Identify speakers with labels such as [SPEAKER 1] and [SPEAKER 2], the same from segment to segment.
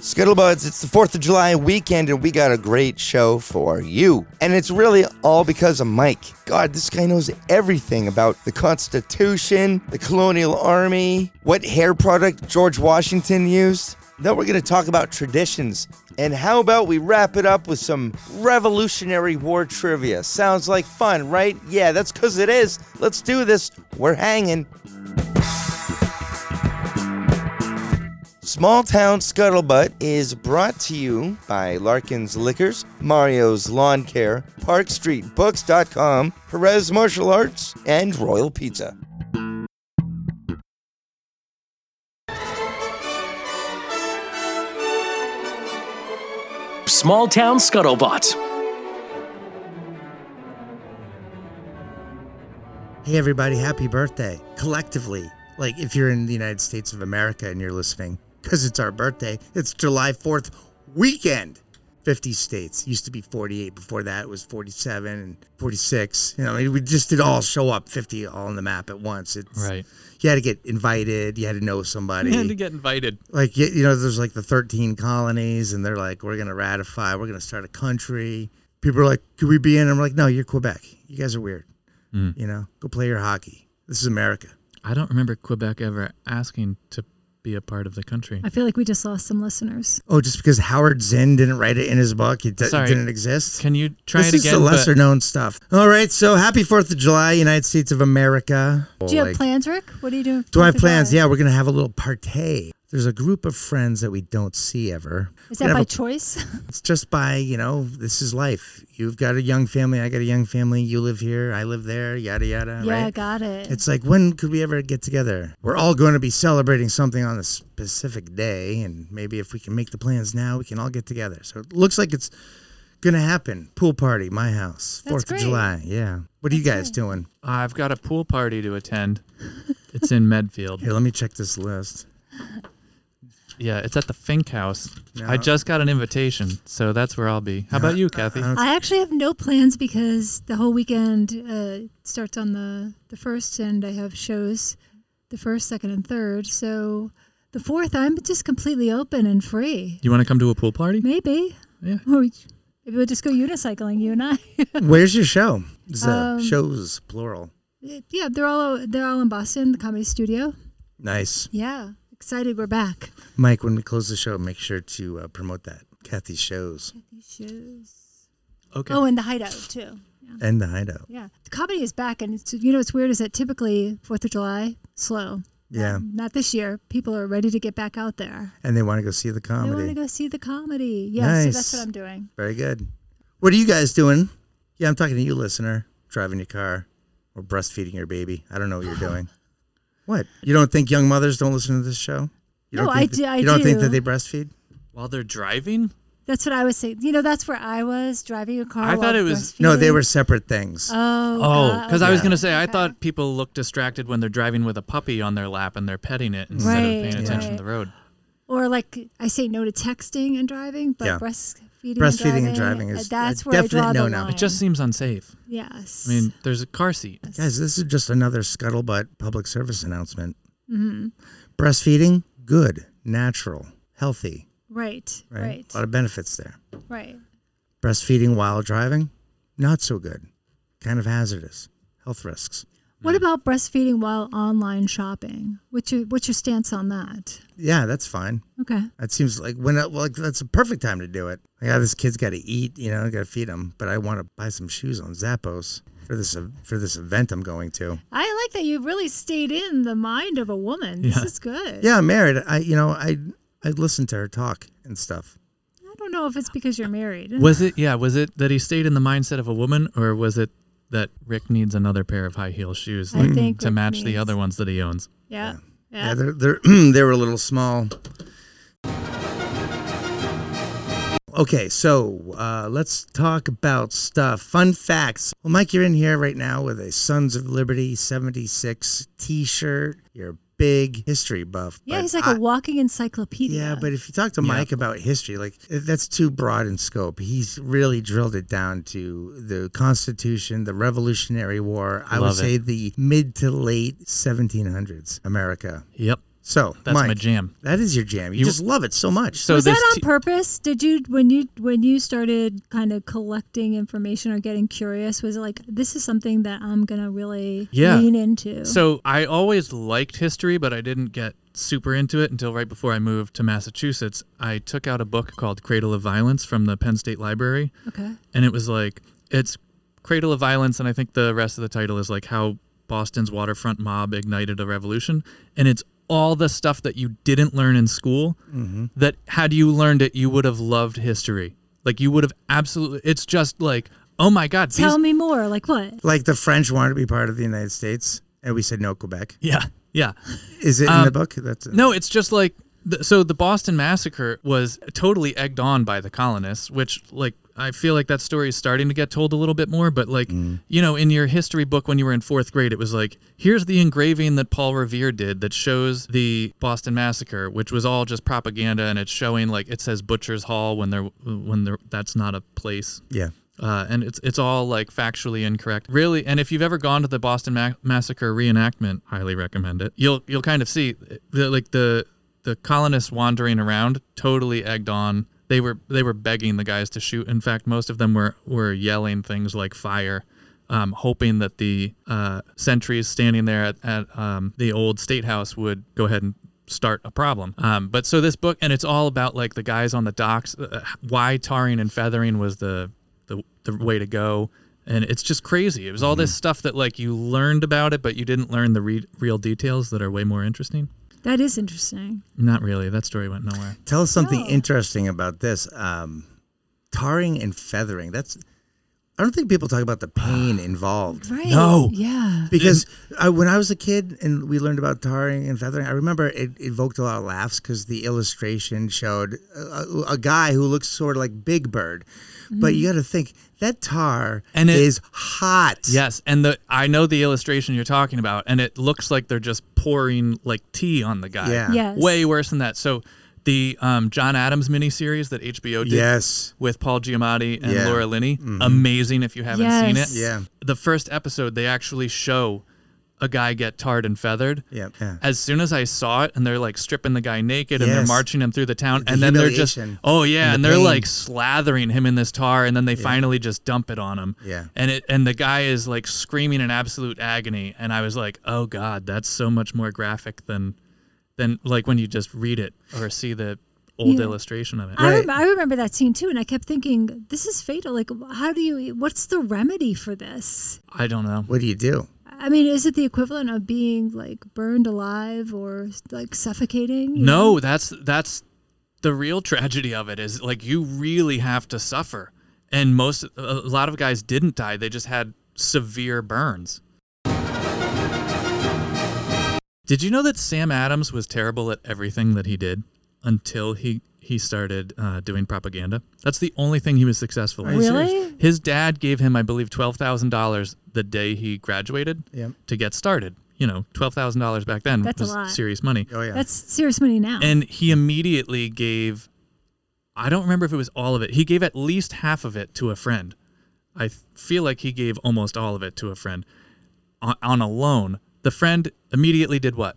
[SPEAKER 1] Scuttlebuds, it's the 4th of July weekend, and we got a great show for you. And it's really all because of Mike. God, this guy knows everything about the Constitution, the Colonial Army, what hair product George Washington used. Now we're going to talk about traditions. And how about we wrap it up with some Revolutionary War trivia? Sounds like fun, right? Yeah, that's because it is. Let's do this. We're hanging. Small Town Scuttlebutt is brought to you by Larkin's Liquors, Mario's Lawn Care, ParkStreetBooks.com, Perez Martial Arts, and Royal Pizza.
[SPEAKER 2] Small Town Scuttlebutt.
[SPEAKER 3] Hey, everybody, happy birthday. Collectively, like if you're in the United States of America and you're listening, because it's our birthday, it's July 4th weekend. 50 states used to be 48 before that it was 47 and 46 you know we just did all show up 50 all on the map at once it's
[SPEAKER 4] Right.
[SPEAKER 3] you had to get invited you had to know somebody
[SPEAKER 4] And to get invited.
[SPEAKER 3] like you, you know there's like the 13 colonies and they're like we're gonna ratify we're gonna start a country people are like could we be in i'm like no you're quebec you guys are weird
[SPEAKER 4] Mm.
[SPEAKER 3] you know go play your hockey this is america
[SPEAKER 4] I don't remember Quebec ever asking to be a part of the country.
[SPEAKER 5] I feel like we just lost some listeners.
[SPEAKER 3] oh just because howard zinn didn't write it in his book it d-
[SPEAKER 4] Sorry.
[SPEAKER 3] didn't exist
[SPEAKER 4] Can you try
[SPEAKER 3] this
[SPEAKER 4] it
[SPEAKER 3] is
[SPEAKER 4] again?
[SPEAKER 3] the
[SPEAKER 4] but-
[SPEAKER 3] lesser known stuff all right so happy fourth of july united states of america
[SPEAKER 5] Do you have
[SPEAKER 3] Like-
[SPEAKER 5] plans, Rick? What are you doing?
[SPEAKER 3] do
[SPEAKER 5] for
[SPEAKER 3] i have plans
[SPEAKER 5] July?
[SPEAKER 3] yeah we're gonna have a little partay there's a group of friends that we don't see ever
[SPEAKER 5] Is
[SPEAKER 3] We're
[SPEAKER 5] that
[SPEAKER 3] gonna
[SPEAKER 5] by
[SPEAKER 3] have a
[SPEAKER 5] choice?
[SPEAKER 3] it's just by you know this is life you've got a young family i got a young family you live here i live there yada yada
[SPEAKER 5] yeah,
[SPEAKER 3] right
[SPEAKER 5] got it.
[SPEAKER 3] it's like when could we ever get together we're all going to be celebrating something on a specific day and maybe if we can make the plans now we can all get together so it looks like it's gonna happen pool party my house
[SPEAKER 5] That's
[SPEAKER 3] fourth of
[SPEAKER 5] great.
[SPEAKER 3] july yeah what are you guys doing
[SPEAKER 4] I've got a pool party to attend. It's in Medfield.
[SPEAKER 3] here let me check this list
[SPEAKER 4] Yeah, it's at the Fink House. I just got an invitation, so that's where I'll be. How about you, Kathy?
[SPEAKER 3] Uh,
[SPEAKER 5] I actually have no plans because the whole weekend uh, starts on the the first, and I have shows the first, second, and third. So the fourth, I'm just completely open and free.
[SPEAKER 4] you want to come to a pool party?
[SPEAKER 5] Maybe.
[SPEAKER 4] Yeah.
[SPEAKER 5] Or we- maybe we'll just go unicycling, you and I.
[SPEAKER 3] where's your show Is the
[SPEAKER 5] Um,
[SPEAKER 3] shows plural
[SPEAKER 5] yeah, they're all they're all in Boston, the Comedy Studio.
[SPEAKER 3] nice
[SPEAKER 5] Yeah, excited we're back.
[SPEAKER 3] mike when we close the show make sure to uh, promote that kathy's shows
[SPEAKER 5] These shows.
[SPEAKER 4] Okay.
[SPEAKER 5] Oh, and the hideout too.
[SPEAKER 3] and the hideout.
[SPEAKER 5] Yeah, the comedy is back, and it's, you know what's weird is that typically Fourth of July slow. Um,
[SPEAKER 3] Yeah,
[SPEAKER 5] Not this year. People are ready to get back out there.
[SPEAKER 3] and they want to go see the
[SPEAKER 5] They want
[SPEAKER 3] comedy.
[SPEAKER 5] to go see the comedy. Yeah, so that's
[SPEAKER 3] Nice.
[SPEAKER 5] what I'm doing.
[SPEAKER 3] Very good. What are you guys doing? Yeah, I'm talking to you, listener. Driving your car or breastfeeding your baby. I don't know what you're doing. What? You don't think young mothers don't listen to this show? You
[SPEAKER 5] No,
[SPEAKER 3] don't think
[SPEAKER 5] I
[SPEAKER 3] that-
[SPEAKER 5] do- I
[SPEAKER 3] you don't think
[SPEAKER 5] do.
[SPEAKER 3] that they breastfeed?
[SPEAKER 4] While they're driving?
[SPEAKER 5] That's what I was saying. You know, that's where I was driving a car.
[SPEAKER 4] I thought
[SPEAKER 5] while
[SPEAKER 4] it was-
[SPEAKER 3] No, they
[SPEAKER 5] breastfeeding.
[SPEAKER 3] were separate things.
[SPEAKER 5] Oh,
[SPEAKER 4] Oh, because I was
[SPEAKER 3] yeah.
[SPEAKER 4] going to say, I thought people look distracted when they're driving with a puppy on their lap and they're petting it instead of
[SPEAKER 5] Right,
[SPEAKER 4] paying attention
[SPEAKER 5] right.
[SPEAKER 4] to the road.
[SPEAKER 5] Or like I say no to texting and driving, but
[SPEAKER 3] Yeah.
[SPEAKER 5] breastfeeding,
[SPEAKER 3] Breastfeeding
[SPEAKER 5] and driving
[SPEAKER 3] is
[SPEAKER 5] uh,
[SPEAKER 3] a
[SPEAKER 5] that's where I
[SPEAKER 3] definite
[SPEAKER 5] draw the
[SPEAKER 3] no-no. It
[SPEAKER 5] line.
[SPEAKER 4] It just seems unsafe.
[SPEAKER 5] yes.
[SPEAKER 4] I mean, there's a car seat.
[SPEAKER 3] Guys, this is just another scuttlebutt public service announcement.
[SPEAKER 5] Mm-hmm.
[SPEAKER 3] Breastfeeding, good, natural, healthy,
[SPEAKER 5] right,
[SPEAKER 3] right?
[SPEAKER 5] right,
[SPEAKER 3] A lot of benefits there.
[SPEAKER 5] right.
[SPEAKER 3] Breastfeeding while driving, not so good. Kind of hazardous. Health risks.
[SPEAKER 5] What about breastfeeding while online shopping? What's your what's your stance on that?
[SPEAKER 3] Yeah, that's fine.
[SPEAKER 5] Okay.
[SPEAKER 3] That seems like when I, like that's a perfect time to do it. Like, ah, this kid's got to eat, you know, got to feed him. But I want to buy some shoes on Zappos for this for this event I'm going to.
[SPEAKER 5] I like that you really stayed in the mind of a woman.
[SPEAKER 4] Yeah.
[SPEAKER 5] This is good.
[SPEAKER 3] Yeah, I'm married. I, you know, I I listen to her talk and stuff.
[SPEAKER 5] I don't know if it's because you're married.
[SPEAKER 4] Was it, yeah, was it that he stayed in the mindset of a woman or was it that Rick needs another pair of high heel shoes
[SPEAKER 5] I
[SPEAKER 4] like,
[SPEAKER 5] think
[SPEAKER 4] to
[SPEAKER 5] Rick
[SPEAKER 4] match the
[SPEAKER 5] needs-
[SPEAKER 4] other ones that he owns?
[SPEAKER 5] Yeah. Yeah.
[SPEAKER 3] Yeah, they're they're they were a little small. Okay, so uh, let's talk about stuff. Fun facts. Well, Mike, you're in here right now with a Sons of Liberty 76 t shirt. You're a big history buff.
[SPEAKER 5] Yeah,
[SPEAKER 3] but
[SPEAKER 5] he's like
[SPEAKER 3] I-
[SPEAKER 5] a walking encyclopedia.
[SPEAKER 3] yeah, but if you talk to Mike about history, like eh, that's too broad in scope. He's really drilled it down to the Constitution, the Revolutionary War. I would
[SPEAKER 4] Love it.
[SPEAKER 3] say the mid to late 1700s America.
[SPEAKER 4] Yep.
[SPEAKER 3] So
[SPEAKER 4] That's
[SPEAKER 3] Mike,
[SPEAKER 4] my jam.
[SPEAKER 3] That is your jam. You,
[SPEAKER 4] You-
[SPEAKER 3] just love it so much.
[SPEAKER 4] So
[SPEAKER 5] was that
[SPEAKER 4] this
[SPEAKER 5] on
[SPEAKER 4] t-
[SPEAKER 5] purpose? Did you when you when you started kind of collecting information or getting curious? Was it like this is something that I'm gonna really
[SPEAKER 4] Yeah.
[SPEAKER 5] lean into?
[SPEAKER 4] So I always liked history, but I didn't get super into it until right before I moved to Massachusetts. I took out a book called Cradle of Violence from the Penn State Library,
[SPEAKER 5] okay,
[SPEAKER 4] and it was like it's Cradle of Violence, and I think the rest of the title is like how Boston's waterfront mob ignited a revolution, and it's all the stuff that you didn't learn in school that had you learned it, you would have loved history. Like you would have absolutely. It's just like, oh my god, these-
[SPEAKER 5] tell me more. Like what?
[SPEAKER 3] like the French wanted to be part of the United States, and we said no, Quebec.
[SPEAKER 4] yeah, yeah.
[SPEAKER 3] Is it in
[SPEAKER 4] Um,
[SPEAKER 3] the book? That's
[SPEAKER 4] No, it's just like th- so the Boston massacre was totally egged on by the colonists, which like I feel like that story is starting to get told a little bit more, but like you know, in your history book when you were in 4th grade, it was like here's the engraving that Paul Revere did that shows the Boston massacre, which was all just propaganda and it's showing like it says Butcher's Hall when there when there that's not a place
[SPEAKER 3] Yeah.
[SPEAKER 4] uh, and it's it's all like factually incorrect, really. And if you've ever gone to the Boston Ma- Massacre reenactment, highly recommend it. You'll you'll kind of see the, like the the colonists wandering around, totally egged on. They were they were begging the guys to shoot. In fact, most of them were were yelling things like fire. Um, hoping that the uh, sentries standing there at, at um, the old state house would go ahead and start a problem. Um, but so this book, and it's all about like the guys on the docks, uh, why tarring and feathering was the the, the way to go. And it's just crazy. It was all this stuff that like you learned about it, but you didn't learn the re- real details that are way more interesting.
[SPEAKER 5] That is interesting.
[SPEAKER 4] Not really. That story went nowhere.
[SPEAKER 3] Tell us something
[SPEAKER 5] No.
[SPEAKER 3] interesting about this. Um, tarring and feathering. That's. I don't think people talk about the pain involved.
[SPEAKER 5] Right?
[SPEAKER 4] No.
[SPEAKER 5] Yeah.
[SPEAKER 3] Because I, when I was a kid and we learned about tarring and feathering, I remember it evoked a lot of laughs because the illustration showed a, a- a guy who looks sort of like Big Bird. But you got to think that tar
[SPEAKER 4] Mm-hmm. And it-
[SPEAKER 3] is hot.
[SPEAKER 4] Yes, and the I know the illustration you're talking about, and it looks like they're just pouring like tea on the guy.
[SPEAKER 3] Yeah.
[SPEAKER 5] Yes.
[SPEAKER 4] Way worse than that. So the um, John Adams miniseries that HBO did
[SPEAKER 3] Yes.
[SPEAKER 4] with Paul Giamatti and
[SPEAKER 3] Yeah. Mm-hmm.
[SPEAKER 4] Laura Linney, amazing if you haven't seen it.
[SPEAKER 5] Yes.
[SPEAKER 3] Yeah.
[SPEAKER 4] The first episode they actually show a guy get tarred and feathered.
[SPEAKER 3] Yeah. yeah.
[SPEAKER 4] as soon as I saw it, and they're like stripping the guy naked and they're
[SPEAKER 3] Yes.
[SPEAKER 4] marching him through the town, and then they're just,
[SPEAKER 3] humiliation
[SPEAKER 4] oh yeah, and,
[SPEAKER 3] and the
[SPEAKER 4] they're
[SPEAKER 3] pain.
[SPEAKER 4] like slathering him in this tar, and then they finally just dump it on him.
[SPEAKER 3] Yeah.
[SPEAKER 4] and it and the guy is like screaming in absolute agony, and I was like, oh god, that's so much more graphic than than like when you just read it or see the old
[SPEAKER 5] Yeah.
[SPEAKER 4] illustration of it.
[SPEAKER 5] I,
[SPEAKER 3] Right.
[SPEAKER 5] rem- I remember that scene too, and I kept thinking, "This is fatal. Like, how do you? e-, What's the remedy for this?
[SPEAKER 4] I don't know.
[SPEAKER 3] What do you do?
[SPEAKER 5] I mean, is it the equivalent of being like burned alive or like suffocating? you know?
[SPEAKER 4] No, that's that's the real tragedy of it is like you really have to suffer. And most a lot of guys didn't die. They just had severe burns. Did you know that Sam Adams was terrible at everything that he did until he he started uh, doing propaganda? That's the only thing he was successful at.
[SPEAKER 5] Really?
[SPEAKER 4] His dad gave him, I believe, twelve thousand dollars the day he graduated
[SPEAKER 3] Yeah.
[SPEAKER 4] to get started. You know, twelve thousand dollars back then
[SPEAKER 5] That's a
[SPEAKER 4] was
[SPEAKER 5] lot.
[SPEAKER 4] serious money.
[SPEAKER 3] Oh yeah.
[SPEAKER 5] That's serious money now.
[SPEAKER 4] And he immediately gave, I don't remember if it was all of it. He gave at least half of it to a friend. I feel like he gave almost all of it to a friend on, on a loan. The friend immediately did what?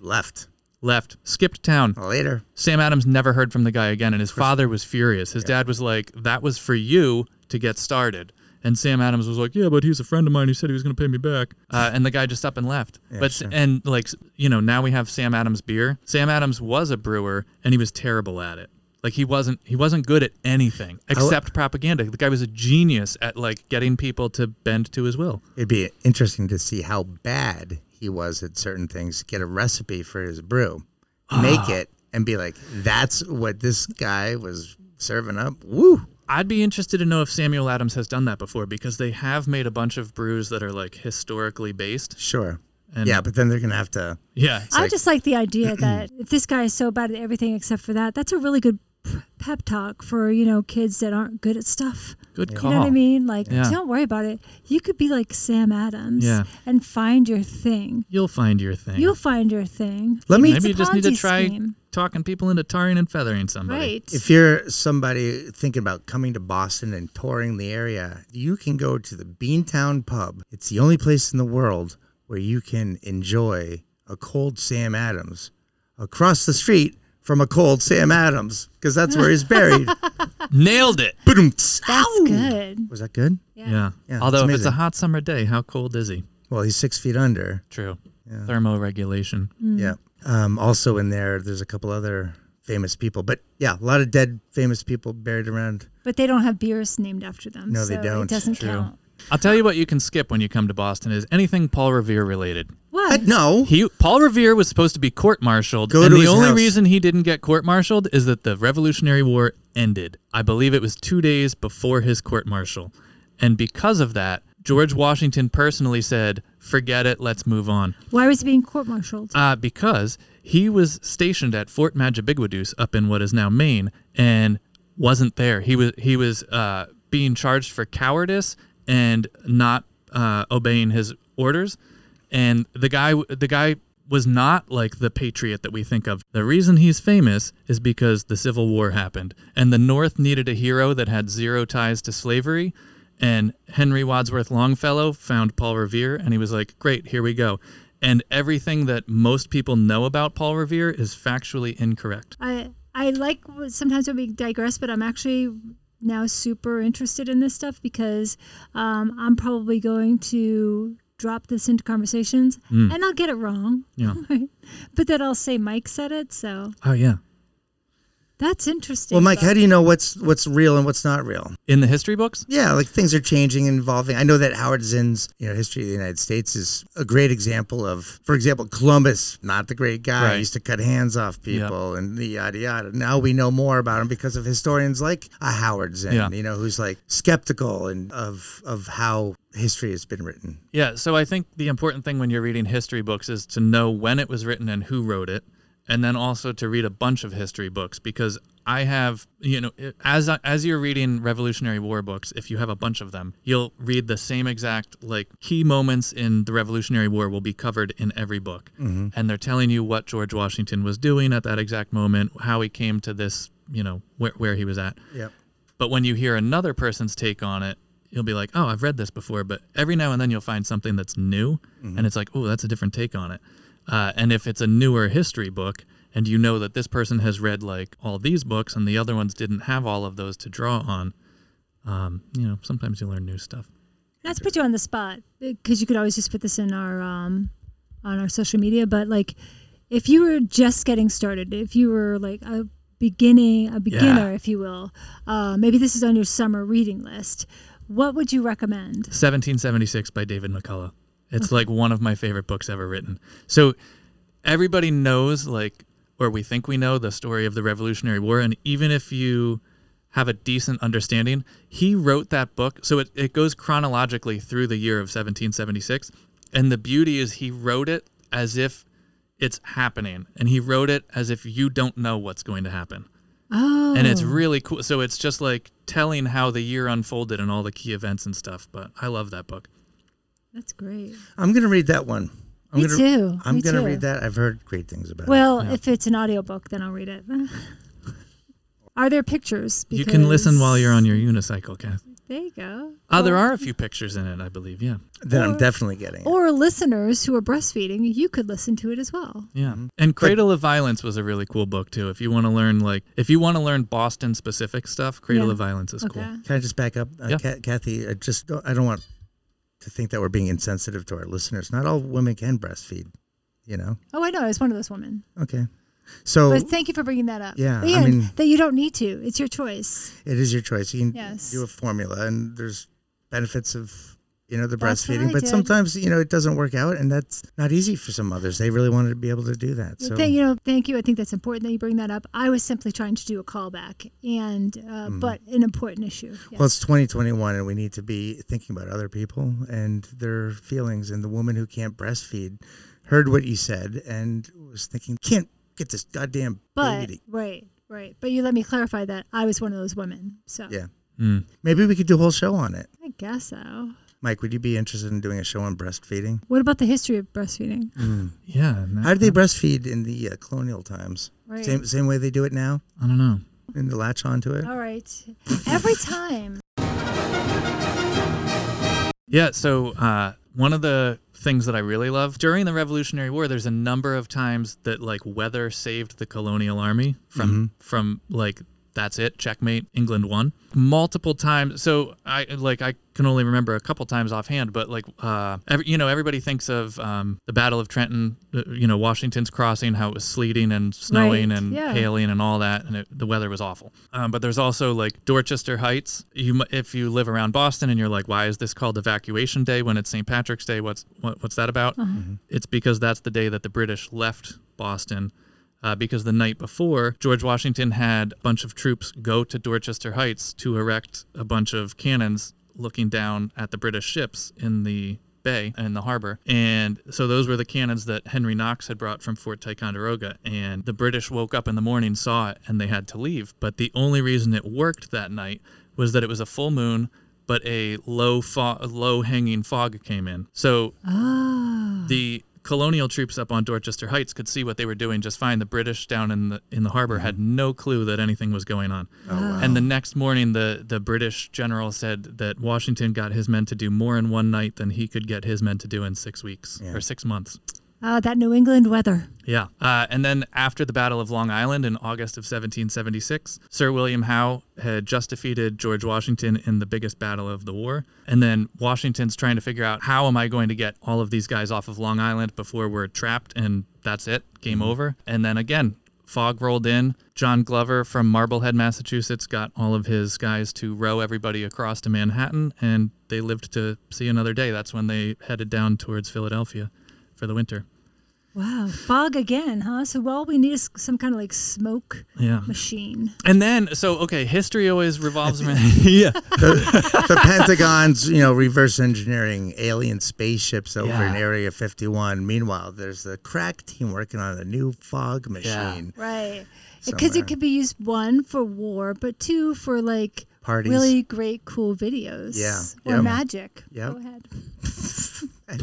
[SPEAKER 3] Left.
[SPEAKER 4] Left, skipped town.
[SPEAKER 3] Later.
[SPEAKER 4] Sam Adams never heard from the guy again, and his father was furious. His dad was like, That was for you to get started. And Sam Adams was like, Yeah, but he's a friend of mine. He said he was going to pay me back. Uh, and the guy just up and left. but,
[SPEAKER 3] sure.
[SPEAKER 4] and like, you know, now we have Sam Adams beer. Sam Adams was a brewer, and he was terrible at it. Like he wasn't he wasn't good at anything except propaganda. The guy was a genius at like getting people to bend to his will.
[SPEAKER 3] It'd be interesting to see how bad he was at certain things. Get a recipe for his brew, make it, and be like, "That's what this guy was serving up." Woo!
[SPEAKER 4] I'd be interested to know if Samuel Adams has done that before because they have made a bunch of brews that are like historically based.
[SPEAKER 3] Sure.
[SPEAKER 4] And-
[SPEAKER 3] yeah, but then they're gonna have to.
[SPEAKER 4] Yeah.
[SPEAKER 5] I just like the idea that if this guy is so bad at everything except for that, that's a really good p- pep talk for you know kids that aren't good at stuff.
[SPEAKER 4] Good
[SPEAKER 5] You
[SPEAKER 4] call.
[SPEAKER 5] know what I mean? Like,
[SPEAKER 4] Oh, Yeah.
[SPEAKER 5] don't worry about it. You could be like Sam Adams
[SPEAKER 4] Yeah.
[SPEAKER 5] and find your thing.
[SPEAKER 4] You'll find your thing.
[SPEAKER 5] You'll find your thing.
[SPEAKER 3] Let me.
[SPEAKER 5] it's
[SPEAKER 4] Maybe
[SPEAKER 5] a
[SPEAKER 4] you just need to
[SPEAKER 5] Ponzi
[SPEAKER 4] try
[SPEAKER 5] scheme.
[SPEAKER 4] talking people into tarring and feathering somebody.
[SPEAKER 5] Right.
[SPEAKER 3] If you're somebody thinking about coming to Boston and touring the area, you can go to the Beantown Pub. It's the only place in the world where you can enjoy a cold Sam Adams across the street from a cold Sam Adams because that's where he's buried.
[SPEAKER 4] Nailed it.
[SPEAKER 3] Boom.
[SPEAKER 5] That's good.
[SPEAKER 3] Was that good?
[SPEAKER 5] Yeah.
[SPEAKER 4] Yeah.
[SPEAKER 3] Yeah,
[SPEAKER 4] Although
[SPEAKER 3] it's
[SPEAKER 4] if it's a
[SPEAKER 3] amazing.
[SPEAKER 4] hot summer day, how cold is he?
[SPEAKER 3] Well, he's six feet under.
[SPEAKER 4] True. Thermoregulation.
[SPEAKER 5] Mm. Mm-hmm.
[SPEAKER 3] Yeah. Um, also in there, there's a couple other famous people, but yeah, a lot of dead famous people buried around.
[SPEAKER 5] But they don't have beers named after them.
[SPEAKER 3] No, they
[SPEAKER 5] so
[SPEAKER 3] don't.
[SPEAKER 5] It doesn't
[SPEAKER 4] True.
[SPEAKER 5] count.
[SPEAKER 4] I'll tell you what you can skip when you come to Boston is anything Paul Revere related.
[SPEAKER 5] What?
[SPEAKER 3] But no,
[SPEAKER 4] He Paul Revere was supposed to be court-martialed,
[SPEAKER 3] Go
[SPEAKER 4] and
[SPEAKER 3] to
[SPEAKER 4] the
[SPEAKER 3] his
[SPEAKER 4] only
[SPEAKER 3] house.
[SPEAKER 4] reason he didn't get court-martialed is that the Revolutionary War ended. I believe it was 2 days before his court-martial. And because of that, George Washington personally said, "Forget it, let's move on."
[SPEAKER 5] Why was he being court-martialed?
[SPEAKER 4] Uh, because he was stationed at Fort Majibigwadus up in what is now Maine and wasn't there. He was he was uh, being charged for cowardice and not uh, obeying his orders. And the guy the guy was not like the patriot that we think of. The reason he's famous is because the Civil War happened and the North needed a hero that had zero ties to slavery. And Henry Wadsworth Longfellow found Paul Revere and he was like, Great, here we go. And everything that most people know about Paul Revere is factually incorrect.
[SPEAKER 5] I I like w- sometimes when we digress, but I'm actually now super interested in this stuff because um, I'm probably going to drop this into conversations
[SPEAKER 3] Mm.
[SPEAKER 5] and I'll get it wrong,
[SPEAKER 4] Yeah.
[SPEAKER 5] but then I'll say Mike said it, so
[SPEAKER 4] Oh, yeah.
[SPEAKER 5] that's interesting.
[SPEAKER 3] well, Mike,
[SPEAKER 5] though.
[SPEAKER 3] how do you know what's what's real and what's not real?
[SPEAKER 4] In the history books?
[SPEAKER 3] Yeah, like things are changing and evolving. I know that Howard Zinn's, you know, History of the United States is a great example of, for example, Columbus, not the great guy,
[SPEAKER 4] Right.
[SPEAKER 3] used to cut hands off people and the yada yada. Now we know more about him because of historians like a Howard Zinn,
[SPEAKER 4] Yeah.
[SPEAKER 3] you know, who's like skeptical and of of how history has been written.
[SPEAKER 4] Yeah. So I think the important thing when you're reading history books is to know when it was written and who wrote it, and then also to read a bunch of history books because I have, you know, as as you're reading Revolutionary War books, if you have a bunch of them, you'll read the same exact like key moments in the Revolutionary War will be covered in every book, and they're telling you what George Washington was doing at that exact moment, how he came to this, you know, where where he was at.
[SPEAKER 3] Yep.
[SPEAKER 4] But when you hear another person's take on it, you'll be like, oh, I've read this before. But every now and then you'll find something that's new and it's like, oh, that's a different take on it. Uh, and if it's a newer history book and you know that this person has read like all these books and the other ones didn't have all of those to draw on, um, you know, sometimes you learn new stuff.
[SPEAKER 5] Not to put you on the spot, because you could always just put this in our um, on our social media. But like, if you were just getting started, if you were like a beginning, a beginner, if you will, uh, maybe this is on your summer reading list. What would you recommend?
[SPEAKER 4] 1776 by David McCullough. It's like one of my favorite books ever written. So everybody knows, like, or we think we know, the story of the Revolutionary War. And even if you have a decent understanding, he wrote that book. So it, it goes chronologically through the year of 1776. And the beauty is he wrote it as if it's happening. And he wrote it as if you don't know what's going to happen
[SPEAKER 5] Oh,
[SPEAKER 4] and it's really cool. So it's just like telling how the year unfolded and all the key events and stuff. But I love that book.
[SPEAKER 5] that's great.
[SPEAKER 4] Uh,
[SPEAKER 3] I'm gonna read that one. I'm
[SPEAKER 5] Me
[SPEAKER 3] gonna,
[SPEAKER 5] too.
[SPEAKER 3] I'm
[SPEAKER 5] Me
[SPEAKER 3] gonna
[SPEAKER 5] too.
[SPEAKER 3] read that. I've heard great things about it.
[SPEAKER 5] Well, if it's an audiobook, then I'll read it. Are there pictures?
[SPEAKER 4] You can listen while you're
[SPEAKER 5] Because-
[SPEAKER 4] on your unicycle, Kath.
[SPEAKER 5] There you go.
[SPEAKER 4] Uh, there are a few pictures in it, I believe. Yeah.
[SPEAKER 3] Then I'm definitely getting it.
[SPEAKER 5] Or listeners who are breastfeeding, you could listen to it as well.
[SPEAKER 4] Yeah. Mm-hmm. And Cradle of Violence was a really cool book too. If you want to learn like if you want to learn Boston specific stuff, Cradle
[SPEAKER 5] Yeah.
[SPEAKER 4] of Violence is
[SPEAKER 5] Okay.
[SPEAKER 4] cool.
[SPEAKER 3] Can I just back up, uh,
[SPEAKER 4] Yeah.
[SPEAKER 3] Ca- Kathy? I just don't, I don't want to think that we're being insensitive to our listeners. Not all women can breastfeed, you know.
[SPEAKER 5] Oh, I know. I was one of those women.
[SPEAKER 3] Okay, so
[SPEAKER 5] But thank you for bringing that up.
[SPEAKER 3] Yeah, I
[SPEAKER 5] Again,
[SPEAKER 3] mean-
[SPEAKER 5] that you don't need to. It's your choice.
[SPEAKER 3] it is your choice. You can
[SPEAKER 5] Yes.
[SPEAKER 3] do a formula, and there's benefits of you know the
[SPEAKER 5] That's what
[SPEAKER 3] breastfeeding,
[SPEAKER 5] I
[SPEAKER 3] but
[SPEAKER 5] did.
[SPEAKER 3] sometimes you know it doesn't work out, and that's not easy for some mothers. They really wanted to be able to do that. So
[SPEAKER 5] Thank you know, thank you. I think that's important that you bring that up. I was simply trying to do a callback, and uh, but an important issue. Yeah.
[SPEAKER 3] Mm-hmm. Well, it's 2021, and we need to be thinking about other people and their feelings. And the woman who can't breastfeed heard what you said and was thinking, can't get this goddamn
[SPEAKER 5] but
[SPEAKER 3] baby.
[SPEAKER 5] right, right. But you let me clarify that I was one of those women. So
[SPEAKER 3] Yeah. Maybe we could do a whole show on it.
[SPEAKER 5] I guess so.
[SPEAKER 3] Mike, would you be interested in doing a show on breastfeeding?
[SPEAKER 5] What about the history of breastfeeding?
[SPEAKER 3] Mm-hmm.
[SPEAKER 4] Yeah. and
[SPEAKER 3] How
[SPEAKER 4] that-
[SPEAKER 3] did they breastfeed in the uh, colonial times?
[SPEAKER 5] Right.
[SPEAKER 3] Same same way they do it now,
[SPEAKER 4] I don't know.
[SPEAKER 3] and to latch onto it.
[SPEAKER 5] All right. Every time.
[SPEAKER 4] Yeah. So uh, one of the things that I really love. During the Revolutionary War, there's a number of times that like weather saved the colonial army from from like that's it, checkmate, England won. Multiple times. So I like I can only remember a couple times offhand, but like uh every, you know everybody thinks of um the Battle of Trenton, uh, you know, Washington's Crossing, how it was sleeting and snowing
[SPEAKER 5] Right,
[SPEAKER 4] and
[SPEAKER 5] yeah.
[SPEAKER 4] hail Alien and all that, and it, the weather was awful. Um, but there's also like Dorchester Heights. You, mu- if you live around Boston and you're like, why is this called Evacuation Day when it's St. Patrick's Day? What's what, what's that about? It's because that's the day that the British left Boston. Uh, because the night before, George Washington had a bunch of troops go to Dorchester Heights to erect a bunch of cannons looking down at the British ships in the bay in the harbor. And so those were the cannons that Henry Knox had brought from Fort Ticonderoga. And the British woke up in the morning, saw it, and they had to leave. But the only reason it worked that night was that it was a full moon, but a low fo- low hanging fog came in. So the colonial troops up on Dorchester Heights could see what they were doing just fine. The British down in the in the harbor had no clue that anything was going on. And the next morning, the the British general said that Washington got his men to do more in one night than he could get his men to do in six weeks or six months.
[SPEAKER 5] Ah, that New England weather.
[SPEAKER 4] Yeah. Uh, and then after the Battle of Long Island in August of 1776, Sir William Howe had just defeated George Washington in the biggest battle of the war. And then Washington's trying to figure out how am I going to get all of these guys off of Long Island before we're trapped and that's it, game over. And then again, fog rolled in. John Glover from Marblehead, Massachusetts, got all of his guys to row everybody across to Manhattan, and they lived to see another day. That's when they headed down towards Philadelphia for the winter.
[SPEAKER 5] Wow, fog again, huh? So all we need is some kind of like smoke
[SPEAKER 4] Yeah.
[SPEAKER 5] machine.
[SPEAKER 4] And then, so okay, history always revolves around. yeah,
[SPEAKER 3] the Pentagon's, you know, reverse engineering alien spaceships over
[SPEAKER 4] Yeah.
[SPEAKER 3] in Area 51. Meanwhile, there's the crack team working on a new fog machine.
[SPEAKER 5] Right. Because
[SPEAKER 3] Somewhere.
[SPEAKER 5] it could be used one for war, but two for like
[SPEAKER 3] Parties.
[SPEAKER 5] really great cool videos.
[SPEAKER 3] Yeah.
[SPEAKER 5] Or
[SPEAKER 3] Yep.
[SPEAKER 5] magic.
[SPEAKER 3] Yep.
[SPEAKER 5] Go ahead.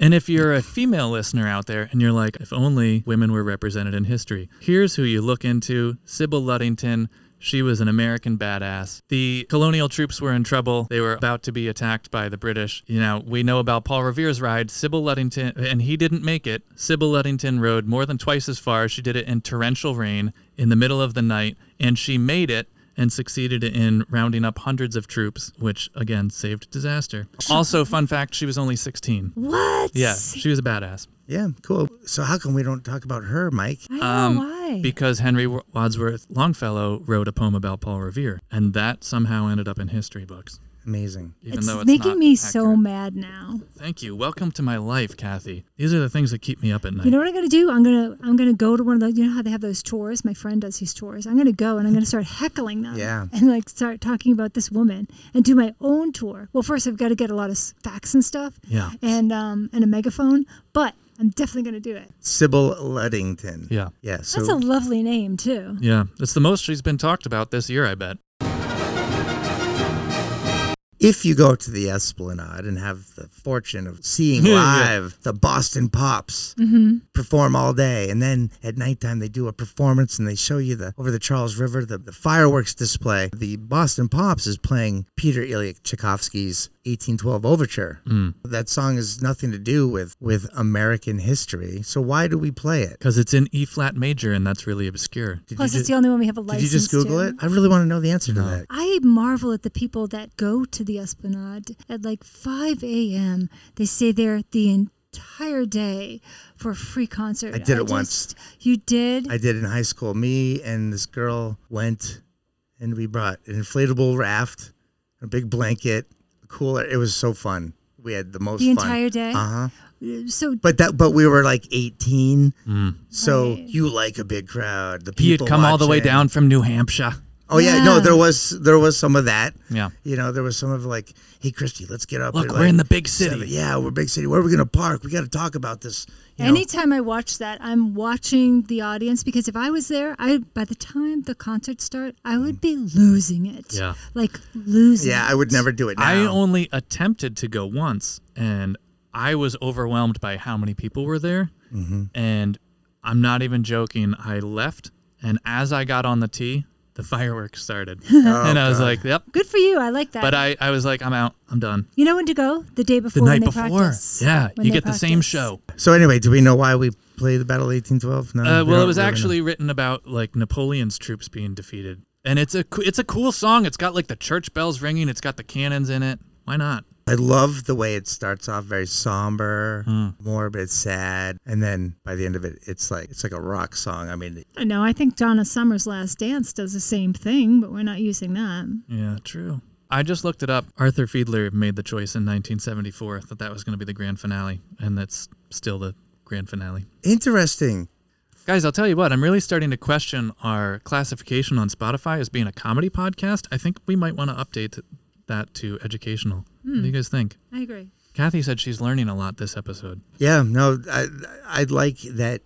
[SPEAKER 4] And if you're a female listener out there and you're like, if only women were represented in history, here's who you look into Sybil Luddington. She was an American badass. The colonial troops were in trouble. They were about to be attacked by the British. You know, we know about Paul Revere's ride, Sybil Luddington, and he didn't make it. Sybil Luddington rode more than twice as far. She did it in torrential rain in the middle of the night, and she made it and succeeded in rounding up hundreds of troops, which again saved disaster. Also, fun fact she was only 16.
[SPEAKER 5] What?
[SPEAKER 4] Yeah, she was a badass.
[SPEAKER 3] Yeah, cool. So how come we don't talk about her, Mike?
[SPEAKER 5] I know
[SPEAKER 4] um,
[SPEAKER 5] why.
[SPEAKER 4] Because Henry Wadsworth Longfellow wrote a poem about Paul Revere, and that somehow ended up in history books.
[SPEAKER 3] Amazing.
[SPEAKER 4] Even
[SPEAKER 5] it's,
[SPEAKER 4] though it's
[SPEAKER 5] making
[SPEAKER 4] not
[SPEAKER 5] me so
[SPEAKER 4] accurate.
[SPEAKER 5] mad now.
[SPEAKER 4] Thank you. Welcome to my life, Kathy. These are the things that keep me up at night.
[SPEAKER 5] You know what I'm gonna do? I'm gonna I'm gonna go to one of those. You know how they have those tours? My friend does these tours. I'm gonna go and I'm gonna start heckling them.
[SPEAKER 3] Yeah.
[SPEAKER 5] And like start talking about this woman and do my own tour. Well, first I've got to get a lot of s- facts and stuff.
[SPEAKER 4] Yeah.
[SPEAKER 5] And um and a megaphone, but I'm definitely gonna do it.
[SPEAKER 3] Sybil Luddington.
[SPEAKER 4] Yeah.
[SPEAKER 3] Yeah. So
[SPEAKER 5] That's a lovely name too.
[SPEAKER 4] yeah, it's the most she's been talked about this year, I bet.
[SPEAKER 3] if you go to the Esplanade and have the fortune of seeing
[SPEAKER 4] Yeah, yeah.
[SPEAKER 3] live the Boston Pops
[SPEAKER 5] Mm-hmm.
[SPEAKER 3] perform all day, and then at nighttime they do a performance and they show you the over the Charles River the, the fireworks display. The Boston Pops is playing Peter Ilyich Tchaikovsky's 1812 Overture.
[SPEAKER 4] Mm.
[SPEAKER 3] That song has nothing to do with with American history, so why do we play it?
[SPEAKER 4] Because it's in E flat major, and that's really obscure.
[SPEAKER 3] Did
[SPEAKER 5] Plus,
[SPEAKER 3] you
[SPEAKER 5] it's
[SPEAKER 3] just,
[SPEAKER 5] the only one we have a
[SPEAKER 3] did
[SPEAKER 5] license.
[SPEAKER 3] you just Google
[SPEAKER 5] to.
[SPEAKER 3] it? I really want to know the answer to that.
[SPEAKER 5] I marvel at the people that go to the Esplanade at like 5 a.m. They stay there the entire day for a free concert.
[SPEAKER 3] I did it once.
[SPEAKER 5] just- You did?
[SPEAKER 3] I did in high school. Me and this girl went and we brought an inflatable raft, a big blanket, a cooler. It was so fun. We had the most
[SPEAKER 5] the
[SPEAKER 3] fun.
[SPEAKER 5] entire day?
[SPEAKER 3] Uh-huh.
[SPEAKER 5] So
[SPEAKER 3] But that but we were like 18. So
[SPEAKER 5] Right.
[SPEAKER 3] you like a big crowd. The
[SPEAKER 4] Mm. He had
[SPEAKER 3] people
[SPEAKER 4] come all the way
[SPEAKER 3] watching.
[SPEAKER 4] down from New Hampshire.
[SPEAKER 3] Oh yeah, no,
[SPEAKER 5] Yeah.
[SPEAKER 3] there was there was some of that.
[SPEAKER 4] Yeah.
[SPEAKER 3] You know, there was some of like, "Hey Christy, let's get up."
[SPEAKER 4] Look,
[SPEAKER 3] They're
[SPEAKER 4] we're
[SPEAKER 3] like,
[SPEAKER 4] in the big city.
[SPEAKER 3] "Seven- Yeah, we're big city. Where are we going to park? We got to talk about this. You know?
[SPEAKER 5] Anytime I watch that, I'm watching the audience because if I was there, I by the time the concert start, I would be losing it.
[SPEAKER 4] Yeah.
[SPEAKER 5] like losing.
[SPEAKER 3] Mm. Yeah,
[SPEAKER 5] it.
[SPEAKER 3] I would never do it now.
[SPEAKER 4] I only attempted to go once, and I was overwhelmed by how many people were there.
[SPEAKER 3] Mm-hmm.
[SPEAKER 4] And I'm not even joking. I left, and as I got on the tee, the fireworks started.
[SPEAKER 3] Oh,
[SPEAKER 4] and I was
[SPEAKER 3] God.
[SPEAKER 4] like, yep.
[SPEAKER 5] Good for you. I like that.
[SPEAKER 3] uh,
[SPEAKER 4] But I, I was like, I'm out. I'm done.
[SPEAKER 5] you know when to go? The day
[SPEAKER 4] The
[SPEAKER 5] before. when
[SPEAKER 4] night
[SPEAKER 5] they
[SPEAKER 4] before.
[SPEAKER 5] Practice.
[SPEAKER 4] Yeah.
[SPEAKER 5] When
[SPEAKER 4] you
[SPEAKER 5] they
[SPEAKER 4] get the same
[SPEAKER 5] practice.
[SPEAKER 4] show.
[SPEAKER 3] So anyway, do we know why we play the Battle of 1812? No.
[SPEAKER 4] Uh,
[SPEAKER 3] we
[SPEAKER 4] well, it
[SPEAKER 3] don't really
[SPEAKER 4] was
[SPEAKER 3] know.
[SPEAKER 4] actually written about like Napoleon's troops being defeated, and it's a co- it's a cool song. It's got like the church bells ringing. It's got the cannons in it. Why not?
[SPEAKER 3] I love the way it starts off very somber,
[SPEAKER 4] Hmm.
[SPEAKER 3] morbid, sad, and then by the end of it, it's like it's like a rock song. I mean,
[SPEAKER 5] I know. I think Donna Summer's Last Dance does the same thing, but we're not using that.
[SPEAKER 4] Yeah, true. I just looked it up. Arthur Fiedler made the choice in 1974 that that was going to be the grand finale, and that's still the grand finale.
[SPEAKER 3] interesting.
[SPEAKER 4] Guys, I'll tell you what, I'm really starting to question our classification on Spotify as being a comedy podcast. I think we might want to update that to educational.
[SPEAKER 5] Hmm.
[SPEAKER 4] What do you guys think?
[SPEAKER 5] I agree.
[SPEAKER 4] Kathy said she's learning a lot this episode.
[SPEAKER 3] Yeah, no, I I like that.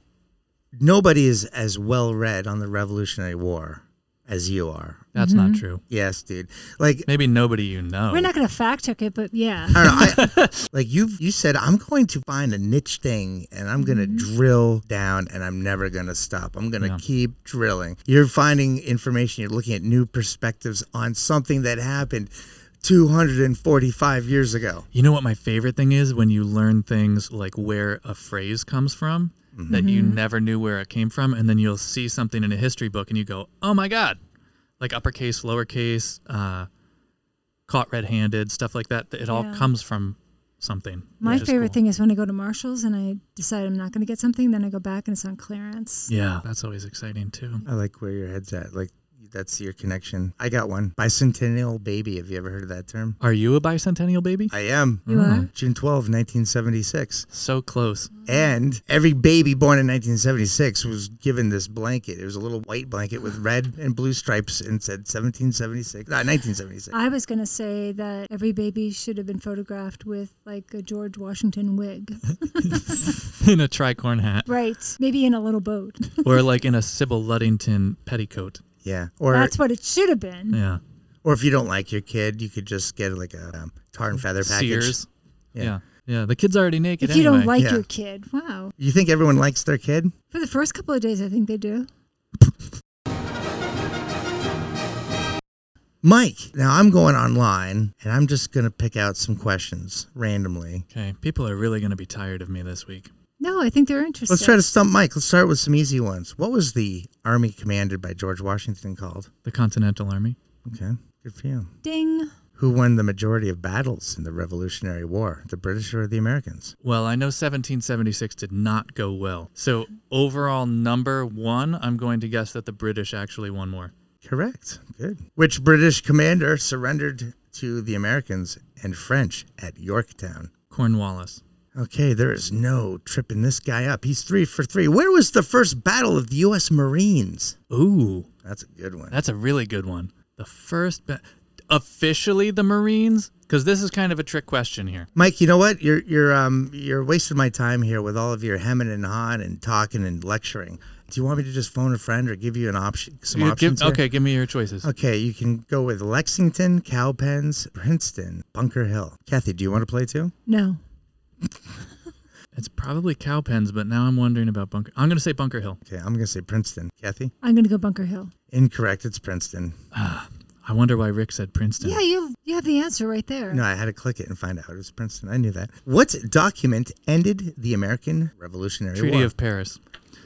[SPEAKER 3] Nobody is as well read on the Revolutionary War as you are.
[SPEAKER 4] That's not true.
[SPEAKER 3] Yes, dude. Like
[SPEAKER 4] Maybe nobody you know.
[SPEAKER 5] Mm-hmm. We're not going to fact check it, but yeah.
[SPEAKER 3] I don't know. I, like you, you said I'm going to find a niche thing, and I'm going to drill down, and I'm never going to stop. I'm going to
[SPEAKER 4] Yeah.
[SPEAKER 3] keep drilling. You're finding information. You're looking at new perspectives on something that happened 245 years ago.
[SPEAKER 4] You know what my favorite thing is when you learn things like where a phrase comes from that you
[SPEAKER 5] Mm-hmm.
[SPEAKER 4] never knew where it came from, and then you'll see something in a history book and you go, "Oh my god!" Like uppercase, lowercase, uh, caught red-handed, stuff like that. It all
[SPEAKER 5] Yeah.
[SPEAKER 4] comes from something.
[SPEAKER 5] My
[SPEAKER 4] which is
[SPEAKER 5] favorite
[SPEAKER 4] cool.
[SPEAKER 5] thing is when I go to Marshall's and I decide I'm not going to get something, then I go back and it's on clearance.
[SPEAKER 4] Yeah, that's always exciting too.
[SPEAKER 3] I like where your head's at. Like that's your connection. I got one. Bicentennial baby. Have you ever heard of that term?
[SPEAKER 4] Are you a bicentennial baby?
[SPEAKER 3] I am. Mm-hmm.
[SPEAKER 5] You are?
[SPEAKER 3] June 12, 1976.
[SPEAKER 4] So close.
[SPEAKER 3] And every baby born in 1976 was given this blanket. It was a little white blanket with red and blue stripes and said uh, 1776, not 1976.
[SPEAKER 5] I was going to say that every baby should have been photographed with like a George Washington wig.
[SPEAKER 4] in a tricorn hat,
[SPEAKER 5] right. Maybe in a little boat.
[SPEAKER 4] or like in a Sybil Luddington petticoat.
[SPEAKER 3] Yeah. Or
[SPEAKER 5] That's what it should have been.
[SPEAKER 4] Yeah,
[SPEAKER 3] or if you don't like your kid, you could just get like a um, tar and feather package.
[SPEAKER 4] Sears.
[SPEAKER 3] Yeah.
[SPEAKER 4] Yeah. yeah, The kid's already naked.
[SPEAKER 5] If you
[SPEAKER 4] anyway.
[SPEAKER 5] don't like
[SPEAKER 3] Yeah.
[SPEAKER 5] your kid, wow.
[SPEAKER 3] You think everyone likes their kid?
[SPEAKER 5] For the first couple of days, I think they do.
[SPEAKER 3] Mike, now I'm going online and I'm just going to pick out some questions randomly.
[SPEAKER 4] Okay, people are really going to be tired of me this week.
[SPEAKER 5] No, I think they're interested.
[SPEAKER 3] Let's try to stump Mike. Let's start with some easy ones. What was the army commanded by George Washington called?
[SPEAKER 4] The Continental Army.
[SPEAKER 3] Okay. Good for you.
[SPEAKER 5] Ding.
[SPEAKER 3] Who won the majority of battles in the Revolutionary War, the British or the Americans?
[SPEAKER 4] Well, I know 1776 did not go well. So, overall number one, I'm going to guess that the British actually won more.
[SPEAKER 3] Correct. Good. Which British commander surrendered to the Americans and French at Yorktown?
[SPEAKER 4] Cornwallis.
[SPEAKER 3] Okay, there is no tripping this guy up. He's three for three. Where was the first battle of the U.S. Marines?
[SPEAKER 4] Ooh,
[SPEAKER 3] That's a good one.
[SPEAKER 4] that's a really good one. The first, ba- officially the Marines? Because this is kind of a trick question here.
[SPEAKER 3] Mike, you know what? You're you're um you're wasting my time here with all of your hemming and hawing and talking and lecturing. Do you want me to just phone a friend or give you an option some
[SPEAKER 4] You give-
[SPEAKER 3] options? here?
[SPEAKER 4] okay, give me your choices.
[SPEAKER 3] Okay, you can go with Lexington, Cowpens, Princeton, Bunker Hill. Kathy, do you want to play too?
[SPEAKER 5] No.
[SPEAKER 4] It's probably Cowpens, but now I'm wondering about Bunker. I'm going to say Bunker Hill.
[SPEAKER 3] Okay, I'm gonna say Princeton. Kathy?
[SPEAKER 5] I'm going to go Bunker Hill.
[SPEAKER 3] Incorrect, it's Princeton.
[SPEAKER 4] I wonder why Rick said Princeton.
[SPEAKER 5] Yeah, you have, you have the answer right there.
[SPEAKER 3] No, I had to click it and find out it was Princeton. I knew that. What document ended the American Revolutionary
[SPEAKER 4] Treaty
[SPEAKER 3] War?
[SPEAKER 4] of Paris.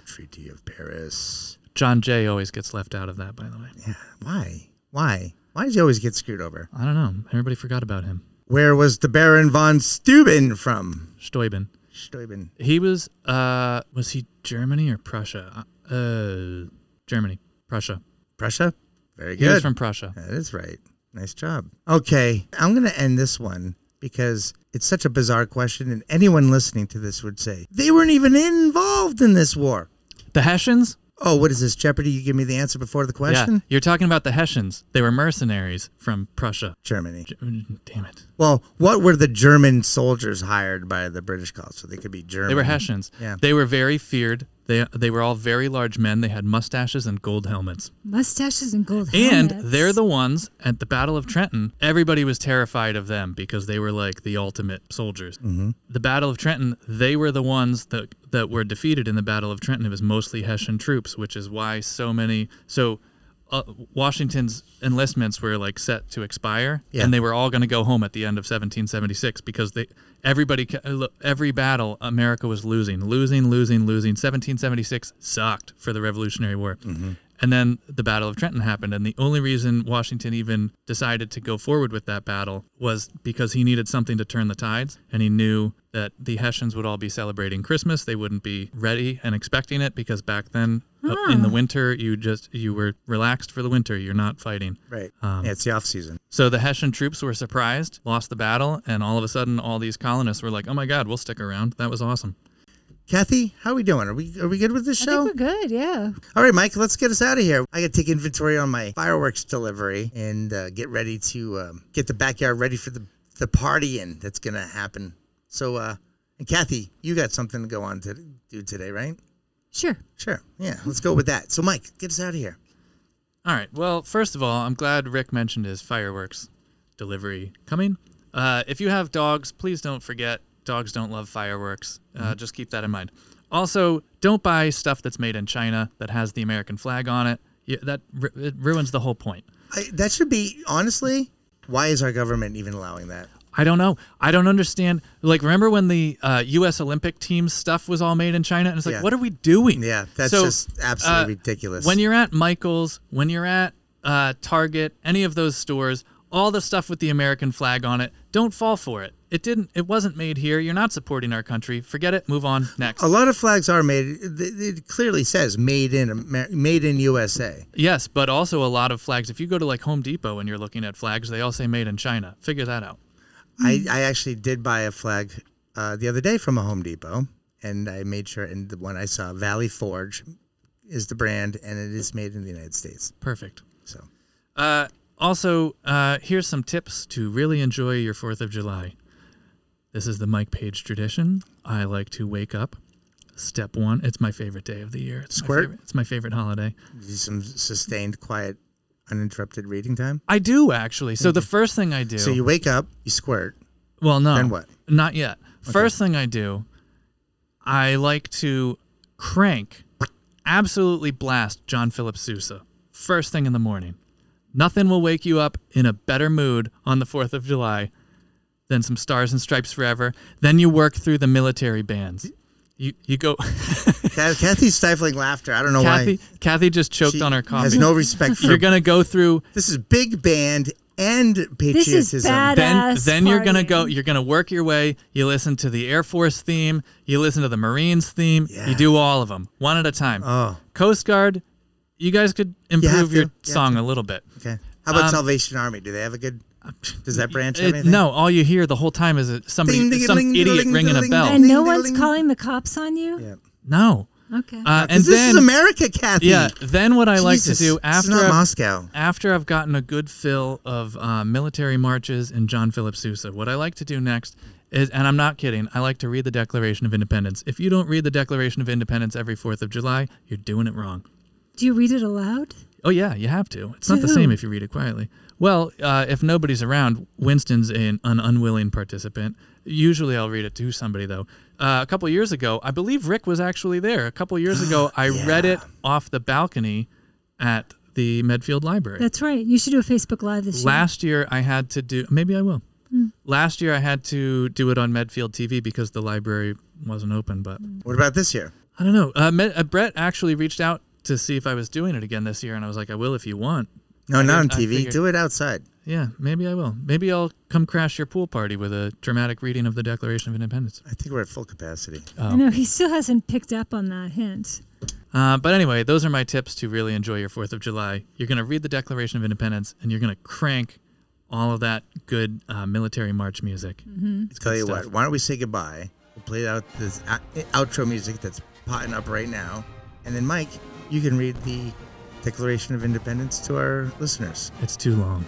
[SPEAKER 3] Treaty of Paris.
[SPEAKER 4] John Jay always gets left out of that, by the way.
[SPEAKER 3] Yeah. Why? Why? Why does he always get screwed over?
[SPEAKER 4] I don't know. Everybody forgot about him.
[SPEAKER 3] Where was the Baron von Steuben from?
[SPEAKER 4] Steuben.
[SPEAKER 3] Steuben.
[SPEAKER 4] He was uh was he Germany or Prussia? Uh Germany, Prussia.
[SPEAKER 3] Prussia? Very
[SPEAKER 4] He was
[SPEAKER 3] good.
[SPEAKER 4] from Prussia.
[SPEAKER 3] That is right. Nice job. Okay, I'm going to end this one because it's such a bizarre question, and anyone listening to this would say they weren't even involved in this war.
[SPEAKER 4] The Hessians?
[SPEAKER 3] Oh, what is this Jeopardy? You give me the answer before the question.
[SPEAKER 4] Yeah. You're talking about the Hessians. They were mercenaries from Prussia.
[SPEAKER 3] Germany.
[SPEAKER 4] G- mm, Damn it.
[SPEAKER 3] Well, what were the German soldiers hired by the British called? So they could be German.
[SPEAKER 4] They were Hessians.
[SPEAKER 3] Yeah.
[SPEAKER 4] They were very feared. They they were all very large men. They had mustaches and gold helmets.
[SPEAKER 5] Mustaches and gold
[SPEAKER 4] And
[SPEAKER 5] helmets.
[SPEAKER 4] they're the ones at the Battle of Trenton. Everybody was terrified of them because they were like the ultimate soldiers. Mm-hmm. The Battle of Trenton, they were the ones that that were defeated in the Battle of Trenton. It was mostly Hessian troops, which is why so many. So uh, Washington's enlistments were like set to expire,
[SPEAKER 3] Yeah.
[SPEAKER 4] and they were all going to go home at the end of 1776 because they everybody ca- uh, look, every battle America was losing, losing, losing, losing. 1776 sucked for the Revolutionary War. And then the Battle of Trenton happened, and the only reason Washington even decided to go forward with that battle was because he needed something to turn the tides, and he knew that the Hessians would all be celebrating Christmas. They wouldn't be ready and expecting it because back then, uh, in the winter, you just you were relaxed for the winter. You're not fighting.
[SPEAKER 3] Right.
[SPEAKER 4] Um,
[SPEAKER 3] yeah, it's the off season.
[SPEAKER 4] So the Hessian troops were surprised, lost the battle, and all of a sudden, all these colonists were like, "Oh my God, we'll stick around. That was awesome."
[SPEAKER 3] Kathy, how are we doing? Are we are we good with this
[SPEAKER 5] I
[SPEAKER 3] show?
[SPEAKER 5] think we're good. Yeah.
[SPEAKER 3] All right, Mike, let's get us out of here. I got to take inventory on my fireworks delivery and uh, get ready to um, get the backyard ready for the, the partying that's going to happen. So, uh, and Kathy, you got something to go on to do today, right?
[SPEAKER 5] Sure.
[SPEAKER 3] Sure. Yeah, let's go with that. So, Mike, get us out of here.
[SPEAKER 4] All right. Well, first of all, I'm glad Rick mentioned his fireworks delivery coming. Uh, if you have dogs, please don't forget dogs don't love fireworks. Uh, Just keep that in mind. Also, don't buy stuff that's made in China that has the American flag on it. Yeah, that ru- it ruins the whole point.
[SPEAKER 3] I, that should be, honestly, why is our government even allowing that?
[SPEAKER 4] I don't know. I don't understand. Like, remember when the uh, U.S. Olympic team stuff was all made in China? And it's like,
[SPEAKER 3] Yeah.
[SPEAKER 4] what are we doing?
[SPEAKER 3] Yeah, that's
[SPEAKER 4] So,
[SPEAKER 3] just absolutely
[SPEAKER 4] uh,
[SPEAKER 3] ridiculous.
[SPEAKER 4] When you're at Michael's, when you're at uh, Target, any of those stores, all the stuff with the American flag on it, don't fall for it. It didn't. It wasn't made here. You're not supporting our country. Forget it. Move on. Next.
[SPEAKER 3] a lot of flags are made. It it clearly says "Made in Amer- Made in USA."
[SPEAKER 4] Yes, but also a lot of flags. If you go to like Home Depot and you're looking at flags, they all say made in China. Figure that out.
[SPEAKER 3] I,
[SPEAKER 4] Mm.
[SPEAKER 3] I actually did buy a flag uh, the other day from a Home Depot, and I made sure. And the one I saw, Valley Forge, is the brand, and it is made in the United States.
[SPEAKER 4] Perfect.
[SPEAKER 3] So
[SPEAKER 4] Uh, also, uh, here's some tips to really enjoy your 4th of July. This is the Mike Page tradition. I like to wake up. Step one, it's my favorite day of the year. It's
[SPEAKER 3] Squirt?
[SPEAKER 4] My favorite, it's my favorite holiday.
[SPEAKER 3] some sustained, quiet, uninterrupted reading time.
[SPEAKER 4] I do actually. So the first thing I do.
[SPEAKER 3] Mm-hmm. So you wake up, you squirt.
[SPEAKER 4] well, no.
[SPEAKER 3] Then what?
[SPEAKER 4] Not yet. First thing I do, I like to crank, absolutely blast John Philip Sousa first thing in the morning. Nothing will wake you up in a better mood on the 4th of July than some Stars and Stripes Forever. Then you work through the military bands. You, you go.
[SPEAKER 3] Kath- Kathy's stifling laughter. I don't know
[SPEAKER 4] Kathy,
[SPEAKER 3] why.
[SPEAKER 4] Kathy just choked
[SPEAKER 3] She
[SPEAKER 4] on her
[SPEAKER 3] Has
[SPEAKER 4] coffee.
[SPEAKER 3] no respect for.
[SPEAKER 4] You're going to go through
[SPEAKER 3] this is big band and
[SPEAKER 5] This
[SPEAKER 3] patriotism.
[SPEAKER 5] is bad.
[SPEAKER 4] then
[SPEAKER 5] badass
[SPEAKER 4] then you're gonna go
[SPEAKER 5] partying.
[SPEAKER 4] you're gonna work your way you listen to the air force theme you listen to the marines theme
[SPEAKER 3] Yeah.
[SPEAKER 4] you do all of them one at a time
[SPEAKER 3] Oh,
[SPEAKER 4] coast guard you guys could improve
[SPEAKER 3] to,
[SPEAKER 4] your
[SPEAKER 3] you have
[SPEAKER 4] song a little bit
[SPEAKER 3] okay. How about
[SPEAKER 4] Um,
[SPEAKER 3] Salvation Army? Do they have a good? Does that branch have
[SPEAKER 4] It-
[SPEAKER 3] anything?
[SPEAKER 4] no all you hear the whole time is it- somebody
[SPEAKER 3] Ding, ding,
[SPEAKER 4] some
[SPEAKER 3] ding,
[SPEAKER 4] idiot
[SPEAKER 3] ding,
[SPEAKER 4] ringing
[SPEAKER 3] ding,
[SPEAKER 4] a bell
[SPEAKER 5] And no
[SPEAKER 3] Ding,
[SPEAKER 5] one's
[SPEAKER 3] ding.
[SPEAKER 5] calling the cops on you.
[SPEAKER 3] Yeah.
[SPEAKER 4] no
[SPEAKER 5] Okay.
[SPEAKER 4] uh, and
[SPEAKER 3] this
[SPEAKER 4] then
[SPEAKER 3] is America, Kathy.
[SPEAKER 4] yeah then what i like to
[SPEAKER 3] Jesus,
[SPEAKER 4] do
[SPEAKER 3] this is
[SPEAKER 4] after
[SPEAKER 3] not
[SPEAKER 4] I've-
[SPEAKER 3] Moscow.
[SPEAKER 4] after I've gotten a good fill of uh, military marches and John Philip Sousa, what I like to do next is, and I'm not kidding, I like to read the Declaration of Independence. If you don't read the Declaration of Independence every 4th of July, you're doing it wrong.
[SPEAKER 5] Do you read it aloud?
[SPEAKER 4] Oh, yeah, you have to. It's not the
[SPEAKER 5] To
[SPEAKER 4] same
[SPEAKER 5] who?
[SPEAKER 4] if you read it quietly. Well, uh, if nobody's around, Winston's an, an unwilling participant. Usually I'll read it to somebody, though. Uh, a couple years ago, I believe Rick was actually there. A couple years ago, I read it off the balcony at the Medfield Library.
[SPEAKER 5] That's right. You should do a Facebook Live this year.
[SPEAKER 4] Last year I had to do maybe I will. Last year I had to do it on Medfield TV because the library wasn't open, but
[SPEAKER 3] What about this year?
[SPEAKER 4] I don't know. Uh, Med, uh, Brett actually reached out to see if I was doing it again this year and I was like I will if you want.
[SPEAKER 3] No, not on
[SPEAKER 4] I
[SPEAKER 3] TV.
[SPEAKER 4] figured-
[SPEAKER 3] Do it outside.
[SPEAKER 4] Yeah, maybe I will. Maybe I'll come crash your pool party with a dramatic reading of the Declaration of Independence.
[SPEAKER 3] I think we're at full capacity.
[SPEAKER 5] I know he still hasn't picked up on that hint.
[SPEAKER 4] Uh, but anyway, those are my tips to really enjoy your 4th of July. You're going to read the Declaration of Independence and you're going to crank all of that good uh, military march music.
[SPEAKER 3] Tell you
[SPEAKER 4] stuff.
[SPEAKER 3] what. Why don't we say goodbye? We'll play out this o- outro music that's potting up right now, and then Mike, you can read the Declaration of Independence to our listeners.
[SPEAKER 4] It's too long.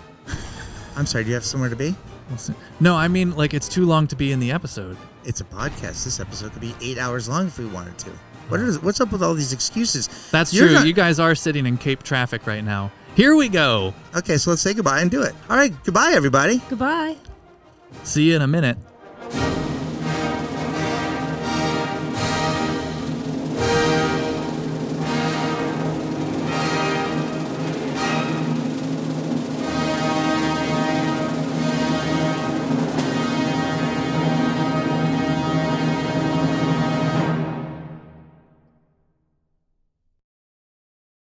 [SPEAKER 3] I'm sorry. Do you have somewhere to be?
[SPEAKER 4] We'll see. No, I mean like it's too long to be in the episode.
[SPEAKER 3] It's a podcast. This episode could be eight hours long if we wanted to. What is? What's up with all these excuses?
[SPEAKER 4] That's
[SPEAKER 3] You're
[SPEAKER 4] true.
[SPEAKER 3] not-
[SPEAKER 4] you guys are sitting in Cape traffic right now. Here we go.
[SPEAKER 3] Okay, so let's say goodbye and do it. All right. Goodbye, everybody.
[SPEAKER 5] Goodbye.
[SPEAKER 4] See you in a minute.